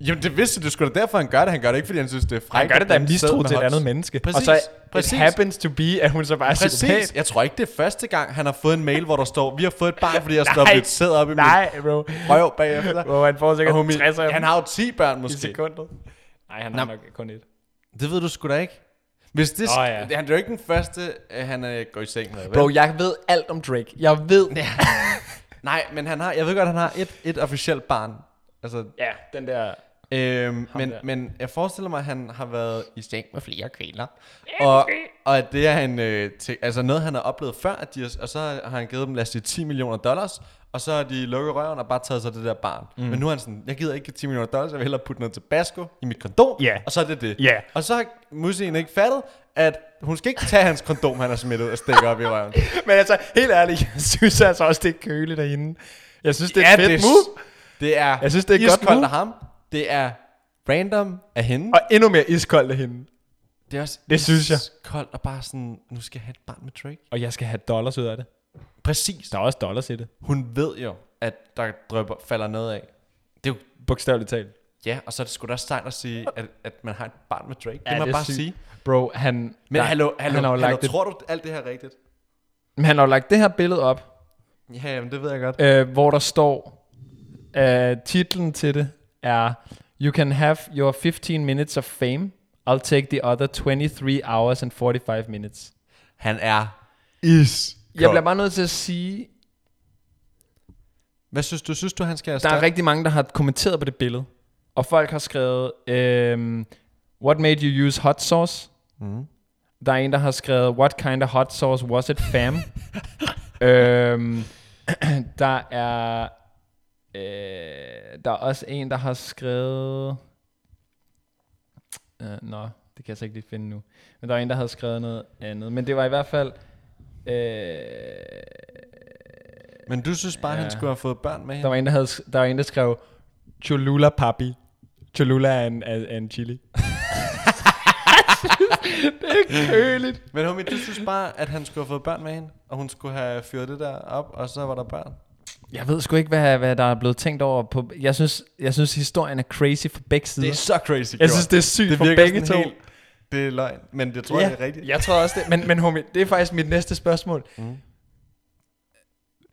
Jamen, det vidste du sgu da derfor, han gør det. Han gør det ikke, fordi han synes, det er frækt. Han gør det at da i blande sæd mistro med til et hot- andet menneske. Præcis, og så præcis. it happens to be, at hun så bare er Præcis. psykopat. Jeg tror ikke, det er første gang, han har fået en mail, hvor der står, vi har fået et barn, fordi jeg stoppede lidt sæd op i Nej, bro. min røv bagefter. Bro, han får sikkert Og 60 homie, af han dem har jo 10 børn i måske. sekundet. Nej, han har Nå. nok kun et. Det ved du sgu da ikke. Hvis det, Nå oh, ja. ja. Han er jo ikke den første, øh, han øh, går i seng med. vel? Bro, jeg ved alt om Drake. Jeg ved... Ja. Nej, men han har, jeg ved godt, han har et, et officielt barn. Altså, Ja, den der... øhm, men, der. men jeg forestiller mig, at han har været i seng med flere kvinder. Og, og at det er han, øh, til, altså noget, han har oplevet før, at de, har- og så har han givet dem, lad os sige, 10 millioner dollars, og så har de lukket røven og bare taget sig det der barn. Mm. Men nu er han sådan, jeg gider ikke 10 millioner dollars, jeg vil hellere putte noget tabasco i mit kondom, Ja. og så er det det. Ja. Og så har Musien ikke fattet, at hun skal ikke tage hans kondom, han har smidt ud og stikke op i røven. Men altså, helt ærligt, jeg synes altså også, det er køligt derinde. Jeg synes, det er et fedt det, move. Det er Jeg synes, det er et godt iskoldt move. af ham. Det er random af hende. Og endnu mere iskoldt af hende. det er også det synes jeg. koldt og bare sådan, nu skal jeg have et barn med Drake. Og jeg skal have dollars ud af det. Præcis. Der er også dollars i det. Hun ved jo, at der drøber, falder noget af. Det er jo, Bogstaveligt talt. ja, og så er det sgu da også sejt at sige, at, at man har et barn med Drake. Ja, Ja, det må jeg det er bare sygt. sige. Bro, han... Men hallo, hallo, han hallo, har jo hallo lagt det- tror du alt det her er rigtigt? Men han har jo lagt det her billede op, Ja, jamen, det ved jeg godt. øh, hvor der står, øh, titlen til det er, You can have your 15 minutes of fame, I'll take the other 23 hours and 45 minutes. Han er is. Jeg bliver bare nødt til at sige, Hvad synes du? Synes du, han skal have der er start? rigtig mange, der har kommenteret på det billede, og folk har skrevet, øh, What made you use hot sauce? Mm. Der er en, der har skrevet, What kind of hot sauce was it, fam? øhm, der er... Øh, der er også en, der har skrevet... Øh, nå, det kan jeg så ikke lige finde nu. Men der er en, der havde skrevet noget andet. Men det var i hvert fald... Øh, Men du synes bare, ja. Ja. han skulle have fået børn med der, hende? var en, der, havde, sk- der var en, der skrev... Cholula papi. Cholula er en, er, er en chili. det er køligt. Men homie, du synes bare, at han skulle have fået børn med hende, og hun skulle have fyret det der op, og så var der børn. Jeg ved sgu ikke, hvad, hvad der er blevet tænkt over. På. Jeg, synes, jeg synes, historien er crazy for begge sider. Det er så crazy jeg synes, det er sygt det for virker begge to. sådan helt- det er løgn, men det tror Ja, jeg det er rigtigt. Jeg tror også det. Men, men homie, det er faktisk mit næste spørgsmål. Mm. Mm.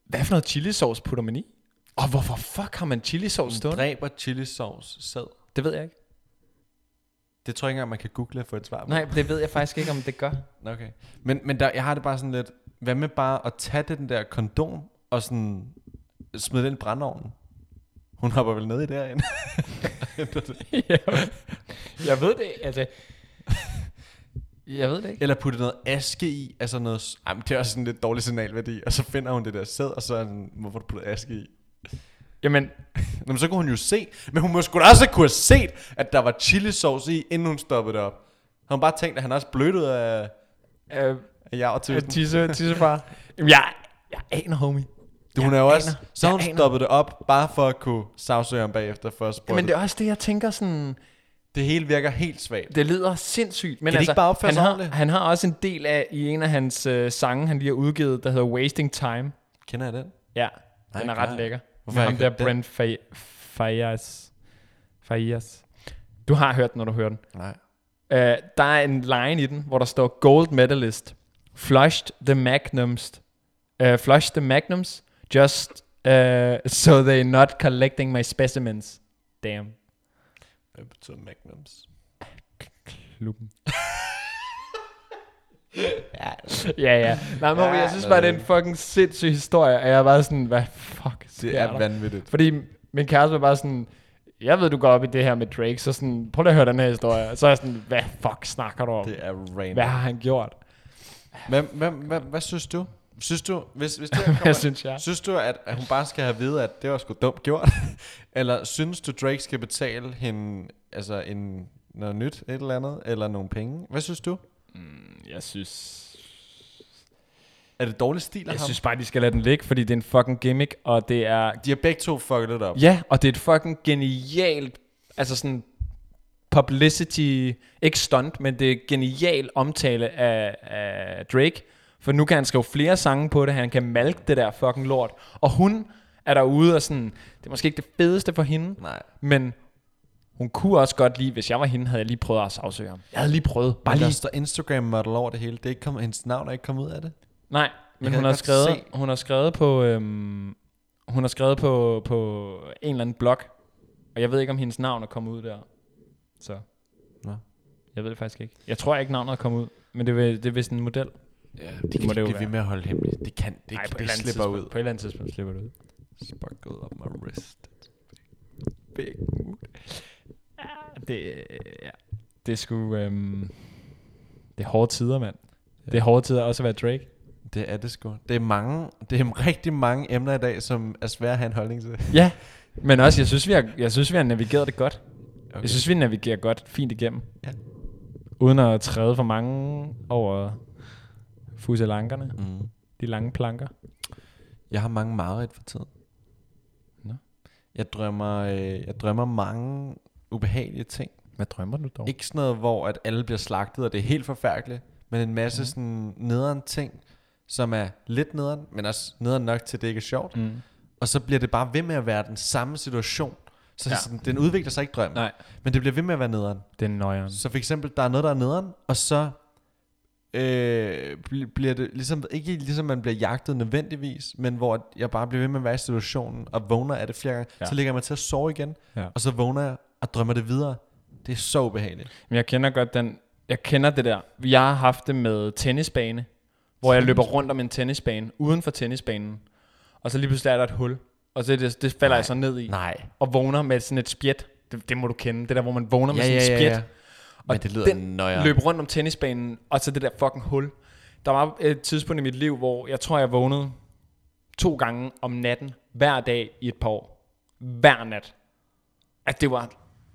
Hvad for noget chilisauce putter man i? Og hvorfor fuck har man chilisauce stående? Dræber chili sauce sæd? Det ved jeg ikke. Det tror jeg ikke engang, man kan google og få et svar på. Nej, det ved jeg faktisk ikke, om det gør. Okay. Men, men der, jeg har det bare sådan lidt, hvad med bare at tage den der kondom og sådan smide den i brandovnen? Hun hopper vel ned i derinde. jeg ved det, altså... Jeg ved det ikke. Eller putte noget aske i, altså noget... s- Ej, men det er også sådan lidt dårlig signalværdi. Og så finder hun det der sæd, og så er den, hvorfor har du puttet aske i? Jamen, Nå, men så kunne hun jo se, men hun må sgu da også have kunne have set, at der var chili sauce i, inden hun stoppede det op. Har hun bare tænkt, at han også blødtede af, øh, af jer og tusind. tisse, tissefar. Jamen, jeg, jeg aner, homie. Du, hun er jo Jeg også, aner. så har Jeg hun aner. stoppet det op, bare for at kunne sagsøge ham bagefter for at sprøjte. Men Men det det, er også det, jeg tænker sådan... det hele virker helt svagt. Det lyder sindssygt. Men Kan de altså, ikke bare opføre han, sig har, ordentligt? han har også en del af i en af hans øh, sange, han lige har udgivet, der hedder Wasting Time. Kender jeg den? Ja, Nej, den er klar. ret lækker. Hvorfor Med har jeg ham der ikke hørt Brent Fa- Fayas. Fayas. Du har hørt den, når du hører den. Nej. Øh, der er en line i den, hvor der står Gold Medalist. Flushed the Magnums. Uh, flushed the Magnums. Just uh, so they not collecting my specimens. Damn. Hvad betyder magnums? klubben. ja, ja. Nej, men Ja, ja, jeg synes bare, det er en fucking sindssyg historie, og jeg er bare sådan, hvad fuck sker Det er der? vanvittigt. Fordi min kæreste var bare sådan, jeg ved, du går op i det her med Drake, så sådan, prøv lige at høre den her historie. Så er jeg sådan, hvad fuck snakker du om? Det er random. Hvad har han gjort? Hvem, hvem, hvem, hvad synes du? Synes du, hvis, hvis det her kommer, Hvad synes jeg? synes du, at, at hun bare skal have at vide, at det var sgu dumt gjort? eller synes du, Drake skal betale hende altså en, noget nyt, et eller andet, eller nogle penge? Hvad synes du? Jeg synes... Er det dårlig stil af Jeg ham? synes bare, de skal lade den ligge, fordi det er en fucking gimmick, og det er... de har begge to fucket lidt op. Ja, og det er et fucking genialt... Altså sådan publicity... Ikke stunt, men det er genial omtale af, af Drake. For nu kan han skrive flere sange på det, han kan malke det der fucking lort. Og hun er derude og sådan... Det er måske ikke det fedeste for hende, Nej. men hun kunne også godt lide, hvis jeg var hende, havde jeg lige prøvet at sagsøge ham. Jeg havde lige prøvet, bare Bare lige. Der lige. står Instagram model over det hele. Det er ikke kommet, hendes navn er ikke kommet ud af det. Nej, men kan hun har, godt skrevet, se. hun har skrevet på... Øhm, hun har skrevet på, på en eller anden blog, og jeg ved ikke, om hendes navn er kommet ud der. Så. Nå. Jeg ved det faktisk ikke. Jeg tror ikke, navnet er kommet ud, men det, er vel- det er vist en model. Ja, det kan må det jo blive ved være. med at holde hemmeligt. Det kan det, Ej, Ej, på det et eller andet slipper ud. tidspunkt- På et eller andet tidspunkt slipper det ud. Sparkle up my wrist. Big mood. Det, ja. det er sgu... Øhm, det er hårde tider, mand. Det er hårde tider også at være Drake. Det er det sgu. Det er mange, det er rigtig mange emner i dag, som er svære at have en holdning til. Ja, men også, jeg synes, vi har, jeg synes, vi har navigeret det godt. Okay. Okay. Jeg synes, vi navigerer godt, fint igennem. Ja. Uden at træde for mange over fuselankerne, Mm. de lange planker. Jeg har mange mareridt for tiden. Nå. Jeg drømmer, øh, jeg drømmer mange ubehagelige ting. Hvad drømmer du dog? Ikke sådan noget, hvor at alle bliver slagtet, og det er helt forfærdeligt, men en masse mm. sådan nederen ting, som er lidt nederen, men også nederen nok til, at det ikke er sjovt. Mm. Og så bliver det bare ved med at være den samme situation. Så Ja. ja. sådan, den udvikler sig ikke drømmen, Nej, Mm. men det bliver ved med at være nederen. det er nøjeren. Så for eksempel, der er noget, der er nederen, og så øh, bl- bliver det ligesom, ikke ligesom man bliver jagtet nødvendigvis, men hvor jeg bare bliver ved med at være i situationen, og vågner af det flere gange, Ja. ja. så ligger jeg mig til at sove igen, Ja. ja. og så vågner jeg og drømmer det videre. Det er så ubehageligt. Men jeg kender godt den, jeg kender det der. Jeg har haft det med tennisbane, hvor jeg løber rundt om en tennisbane, uden for tennisbanen. Og så lige pludselig er der et hul, og så er det, det falder Nej. jeg så ned i, Nej. og vågner med sådan et spjæt. Det, det må du kende, det der, hvor man vågner med Ja, sådan ja, ja, et spjæt. ja. Men det lyder den nøjere. løb rundt om tennisbanen, og så det der fucking hul. Der var et tidspunkt i mit liv, hvor jeg tror, jeg vågnede to gange om natten, hver dag i et par år. Hver nat. At det var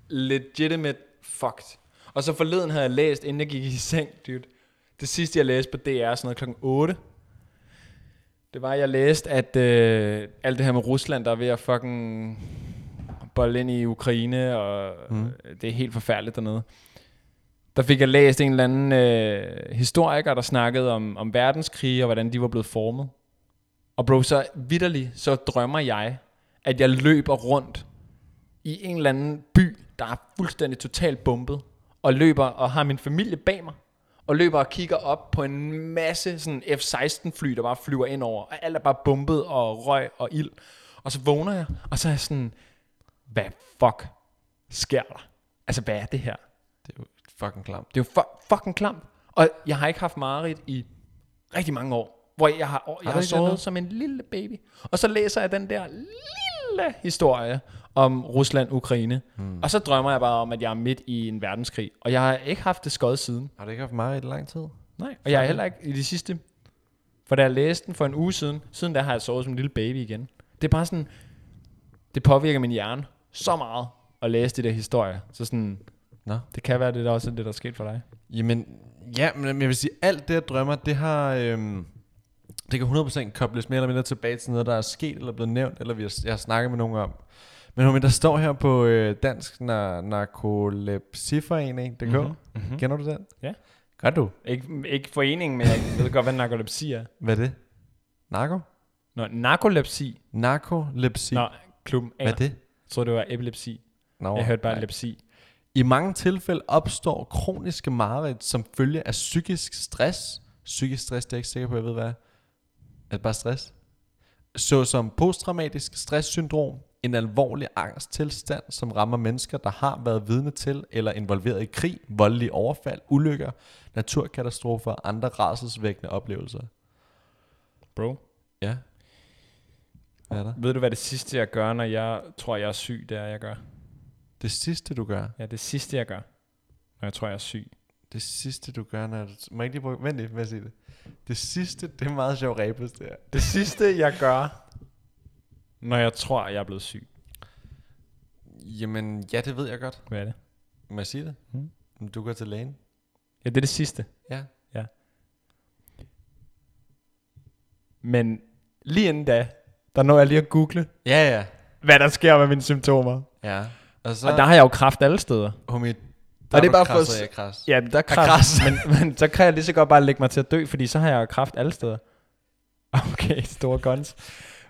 legitimate fucked. Og så forleden havde jeg læst, inden jeg gik i seng, dude. Det sidste, jeg læste på DR, sådan noget klokken 8. Det var, at jeg læste, at øh, alt det her med Rusland, der er ved at fucking bolle ind i Ukraine, og mm. det er helt forfærdeligt dernede. Der fik jeg læst en eller anden øh, historiker, der snakkede om, om verdenskrige, og hvordan de var blevet formet. Og bro, så vidderligt, så drømmer jeg, at jeg løber rundt i en eller anden by, der er fuldstændig totalt bumpet, og løber og har min familie bag mig, og løber og kigger op på en masse sådan F-16 fly, der bare flyver ind over, og alt er bare bumpet og røg og ild. Og så vågner jeg, og så er jeg sådan, hvad fuck sker der? Altså, hvad er det her? Det er jo fucking klamt. Det er jo fu- fucking klamt. Og jeg har ikke haft mareridt i rigtig mange år, hvor jeg har, jeg du har ikke det nu? sovet som en lille baby. Og så læser jeg den der lille historie om Rusland-Ukraine. Hmm. Mm. Og så drømmer jeg bare om, at jeg er midt i en verdenskrig. Og jeg har ikke haft det skød siden. Har du ikke haft meget i lang tid? Nej. Og jeg er heller ikke i det sidste. For da jeg læste den for en uge siden, siden da har jeg sovet som en lille baby igen. Det er bare sådan, det påvirker min hjerne så meget at læse de der historier. Så sådan, Nå. det kan være, det der også er det, der er sket for dig. Jamen, ja, men jeg vil sige, alt det, jeg drømmer, det har... Øhm, det kan 100% kobles mere eller mindre tilbage til noget, der er sket, eller blevet nævnt, eller vi har, jeg har snakket med nogen om. Men homie, der står her på øh, Dansk Nar- Narkolepsiforening.dk. Mm-hmm. Mm-hmm. Kender du den? Ja. Gør du? Ikke, ikke foreningen, men jeg ved godt, hvad narkolepsi er. Hvad er det? Narko? Nå, narkolepsi. Narkolepsi. Nå, klubben Hvad aner. er det? Jeg troede, det var epilepsi. Nå, jeg hørte bare nej. epilepsi. I mange tilfælde opstår kroniske mareridt som følge af psykisk stress. Psykisk stress, det er jeg ikke sikker på, jeg ved hvad er. Er det bare stress? Såsom posttraumatisk stresssyndrom, en alvorlig angsttilstand, som rammer mennesker, der har været vidne til eller involveret i krig, voldelige overfald, ulykker, naturkatastrofer og andre rædselsvækkende oplevelser. Bro, Ja. Hvad er der? ved du, hvad det sidste, jeg gør, når jeg tror, jeg er syg, det er, jeg gør? Det sidste, du gør, Ja, det sidste, jeg gør, når jeg tror, jeg er syg, Det sidste, du gør, når du... Må jeg ikke lige bruge... Vent lidt, hvad siger det? Det sidste, det er meget sjovt rebus, det her. Det sidste, jeg gør, når jeg tror, jeg er blevet syg. Jamen, ja, det ved jeg godt. Hvad er det? Må jeg sige det? Mm. Mm. Du går til lægen. Ja, det er det sidste. Ja. Men lige inden da, der når jeg lige at google, Ja, ja. hvad der sker med mine symptomer. Ja. Og så... Og der har jeg jo kraft alle steder. Homie, der det er har du bare for at krasset, s- jeg kras. Ja, der er kras. kraft, men, men så kan jeg lige så godt bare lægge mig til at dø, fordi så har jeg jo kraft alle steder. Okay, store guns.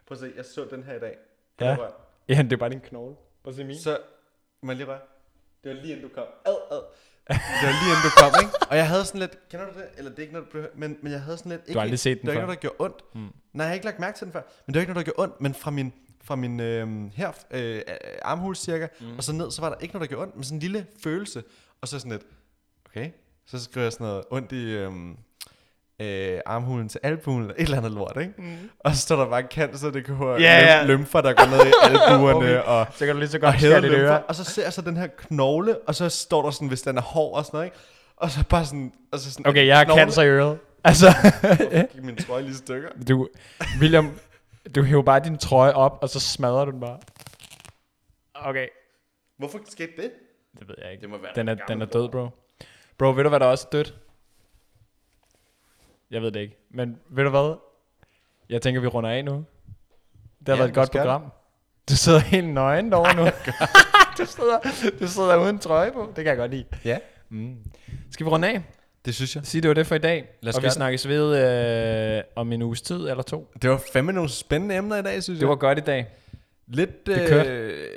Prøv at se, jeg så den her i dag. Ja. Prøv at røre. Ja, det er bare din knogle. Prøv at se min. Så, må jeg lige røre? Det var lige inden du kom. Ad, ad. Det var lige inden du kom, ikke? Og jeg havde sådan lidt, kender du det? Eller det er ikke noget, du behøver, men, men jeg havde sådan lidt... Ikke, aldrig set Det den var ikke før. noget, der gjorde ondt. Mm. Nej, jeg har ikke lagt mærke til den før. Men det var ikke noget, der gjorde ondt, men fra min, fra min øh, her, øh, øh, armhul cirka, mm. og så ned, så var der ikke noget, der gjorde ondt, men sådan en lille følelse. Og så sådan lidt, okay, så skriver jeg sådan noget ondt i... Øh, Øh, armhulen til albumen eller et eller andet lort, ikke? Mm. Og så står der bare cancer, det kan yeah, ja. yeah. lymfer, der går ned i albuerne, øh, og Så kan du lige så og godt skære hæder dit øre. lømfer, og så ser jeg så den her knogle, og så står der sådan, hvis den er hård og sådan noget, ikke? Og så bare sådan, og så sådan Okay, jeg har knogle- cancer i øret. Altså, Hvorfor gik min trøje lige i stykker. du, William, du hæver bare din trøje op, og så smadrer du den bare. Okay. Hvorfor skete det? Det ved jeg ikke. Det må være den, er, den den gamle er død, bro. Bro, ved du, hvad der også er dødt? Jeg ved det ikke. Men ved du hvad? Jeg tænker, vi runder af nu. Det har Ja, været et godt vi skal. program. Du sidder helt nøgen derovre nu. du, sidder, du sidder uden trøje på. Det kan jeg godt lide. Ja, Mm. Skal vi runde af? det synes jeg. Sige, det var det for i dag. Lad os og vi gøre det. snakkes ved øh, om en uges tid eller to. Det var fandme nogle spændende emner i dag, synes Det var jeg. godt i dag. Lidt, Det kørte. øh,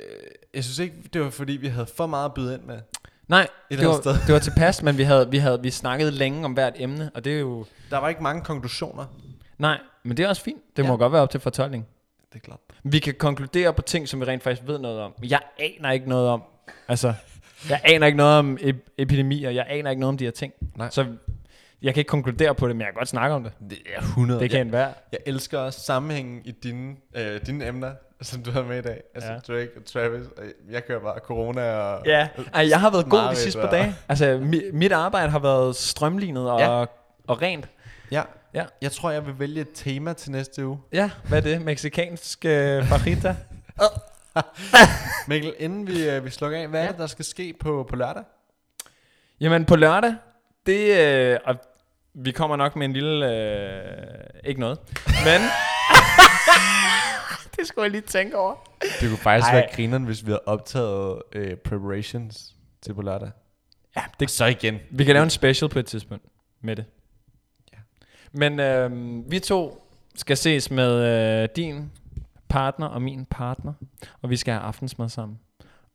jeg synes ikke, det var fordi, vi havde for meget at byde ind med. Nej, det andet var, sted. det var tilpas, men vi havde, vi havde vi snakkede længe om hvert emne, og det er jo... Der var ikke mange konklusioner. Nej, men det er også fint. Det ja. må Ja. godt være op til fortolkning. Det er klart. Vi kan konkludere på ting, som vi rent faktisk ved noget om. Jeg aner ikke noget om. Altså, jeg aner ikke noget om ep- epidemier. Jeg aner ikke noget om de her ting. Nej. Så jeg kan ikke konkludere på det, men jeg kan godt snakke om det. Det er 100. Det kan ja. være. Jeg elsker også sammenhængen i dine, øh, dine emner, som du har med i dag. Altså Ja. ja. Drake og Travis, og jeg kører bare corona og... Ja, Ej, jeg har været god de Mareridt sidste og- par dage. Altså, mi- mit arbejde har været strømlignet og, ja. Ja. og rent. Ja. Ja. Jeg tror, jeg vil vælge et tema til næste uge. Ja, hvad er det? Mexikansk øh, fajita? Mikkel, inden vi, øh, vi slukker af, hvad ja. er det, der skal ske på, på lørdag? Jamen på lørdag, det øh, og vi kommer nok med en lille øh, ikke noget. Men det skulle jeg lige tænke over. Det kunne faktisk Ej. være grineren, hvis vi havde optaget øh, preparations til på lørdag. Ja, Det så igen. vi kan lave en special på et tidspunkt med det. Ja. Men øh, vi to skal ses med øh, din partner og min partner, og vi skal have aftensmad sammen.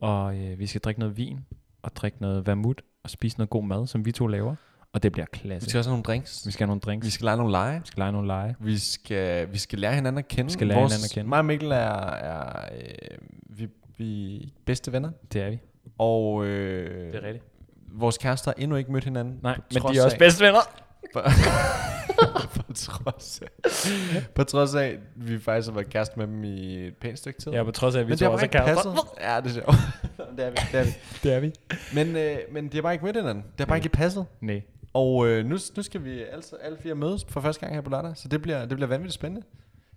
Og øh, vi skal drikke noget vin og drikke noget vermut og spise noget god mad, som vi to laver. Og det bliver Vi klasse. skal også have nogle drinks. Vi skal have nogle drinks. Vi Vi skal lege nogle lege. skal lege nogle lege. Vi skal, vi skal lære hinanden at kende. Vi skal lære hinanden at kende. Mig og Mikkel er, er øh, vi, vi er bedste venner. Det er vi. Og øh, Det er rigtigt. vores kærester har endnu ikke mødt hinanden. Nej, på men trods de er også af- bedste venner. på, på, trods af, på trods af, at vi faktisk har været kærester med dem i et pænt stykke tid. Ja, på trods af, at vi Men det tror har bare også ikke passet. Ja, det er sjovt. det er vi, det er vi. Det er vi. Men, øh, men det har bare ikke mødt hinanden. Det har bare Nej. ikke lige passet. Nej. Og øh, nu, nu skal vi altså alle fire mødes for første gang her på lørdag, så det bliver, det bliver vanvittigt spændende.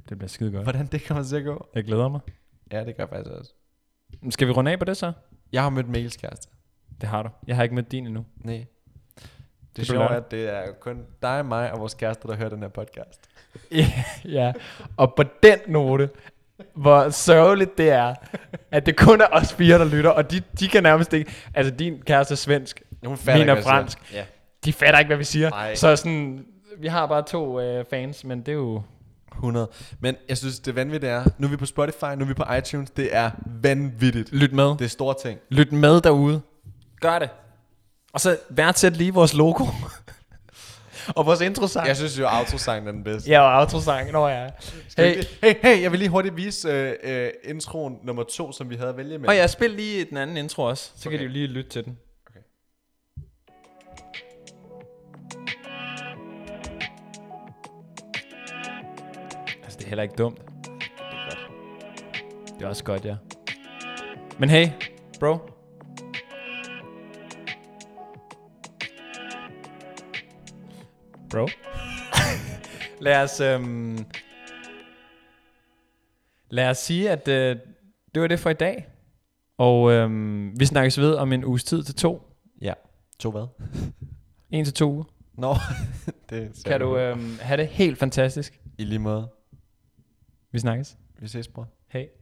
Det bliver skide godt. Hvordan det kommer til at gå. Jeg glæder mig. Ja, det gør jeg faktisk også. Skal vi runde af på det så? Jeg har mødt Mikkels kæreste. Det har du. Jeg har ikke mødt din endnu. Nej. Det, det på er sjovt, lørdag. at det er kun dig, mig og vores kæreste, der hører den her podcast. ja, og på den note, hvor sørgeligt det er, at det kun er os fire, der lytter, og de, de kan nærmest ikke... Altså, din kæreste er svensk. Hun fatter Min er ikke, hvad jeg siger. Ja. De fatter ikke, hvad vi siger. Nej. Så sådan... Vi har bare to øh, fans, men det er jo... 100. Men jeg synes, det vanvittige er, nu er vi på Spotify, nu er vi på iTunes. Det er vanvittigt. Lyt med. Det er store ting. Lyt med derude. Gør det. Og så værdsæt lige vores logo. og vores introsang. Jeg synes jo, outro-sangen er den bedste. Ja, og autosang, når jeg er. Skal Hey. hey. hey, hey, jeg vil lige hurtigt vise øh, øh, introen nummer to, som vi havde at vælge med. Og jeg spil lige den anden intro også, så okay. Okay. kan de jo lige lytte til den. Okay. Altså, det er heller ikke dumt. Det er også godt, ja. Men hey, bro. Bro. lad os... Øhm, lad os sige, at øh, det var det for i dag. Og øhm, vi snakkes ved om en uges tid til to. Ja. To hvad? En til to uger. Nå, det ser Kan vi. du øhm, have det helt fantastisk. I lige måde. Vi snakkes. Vi ses, bror. Hej.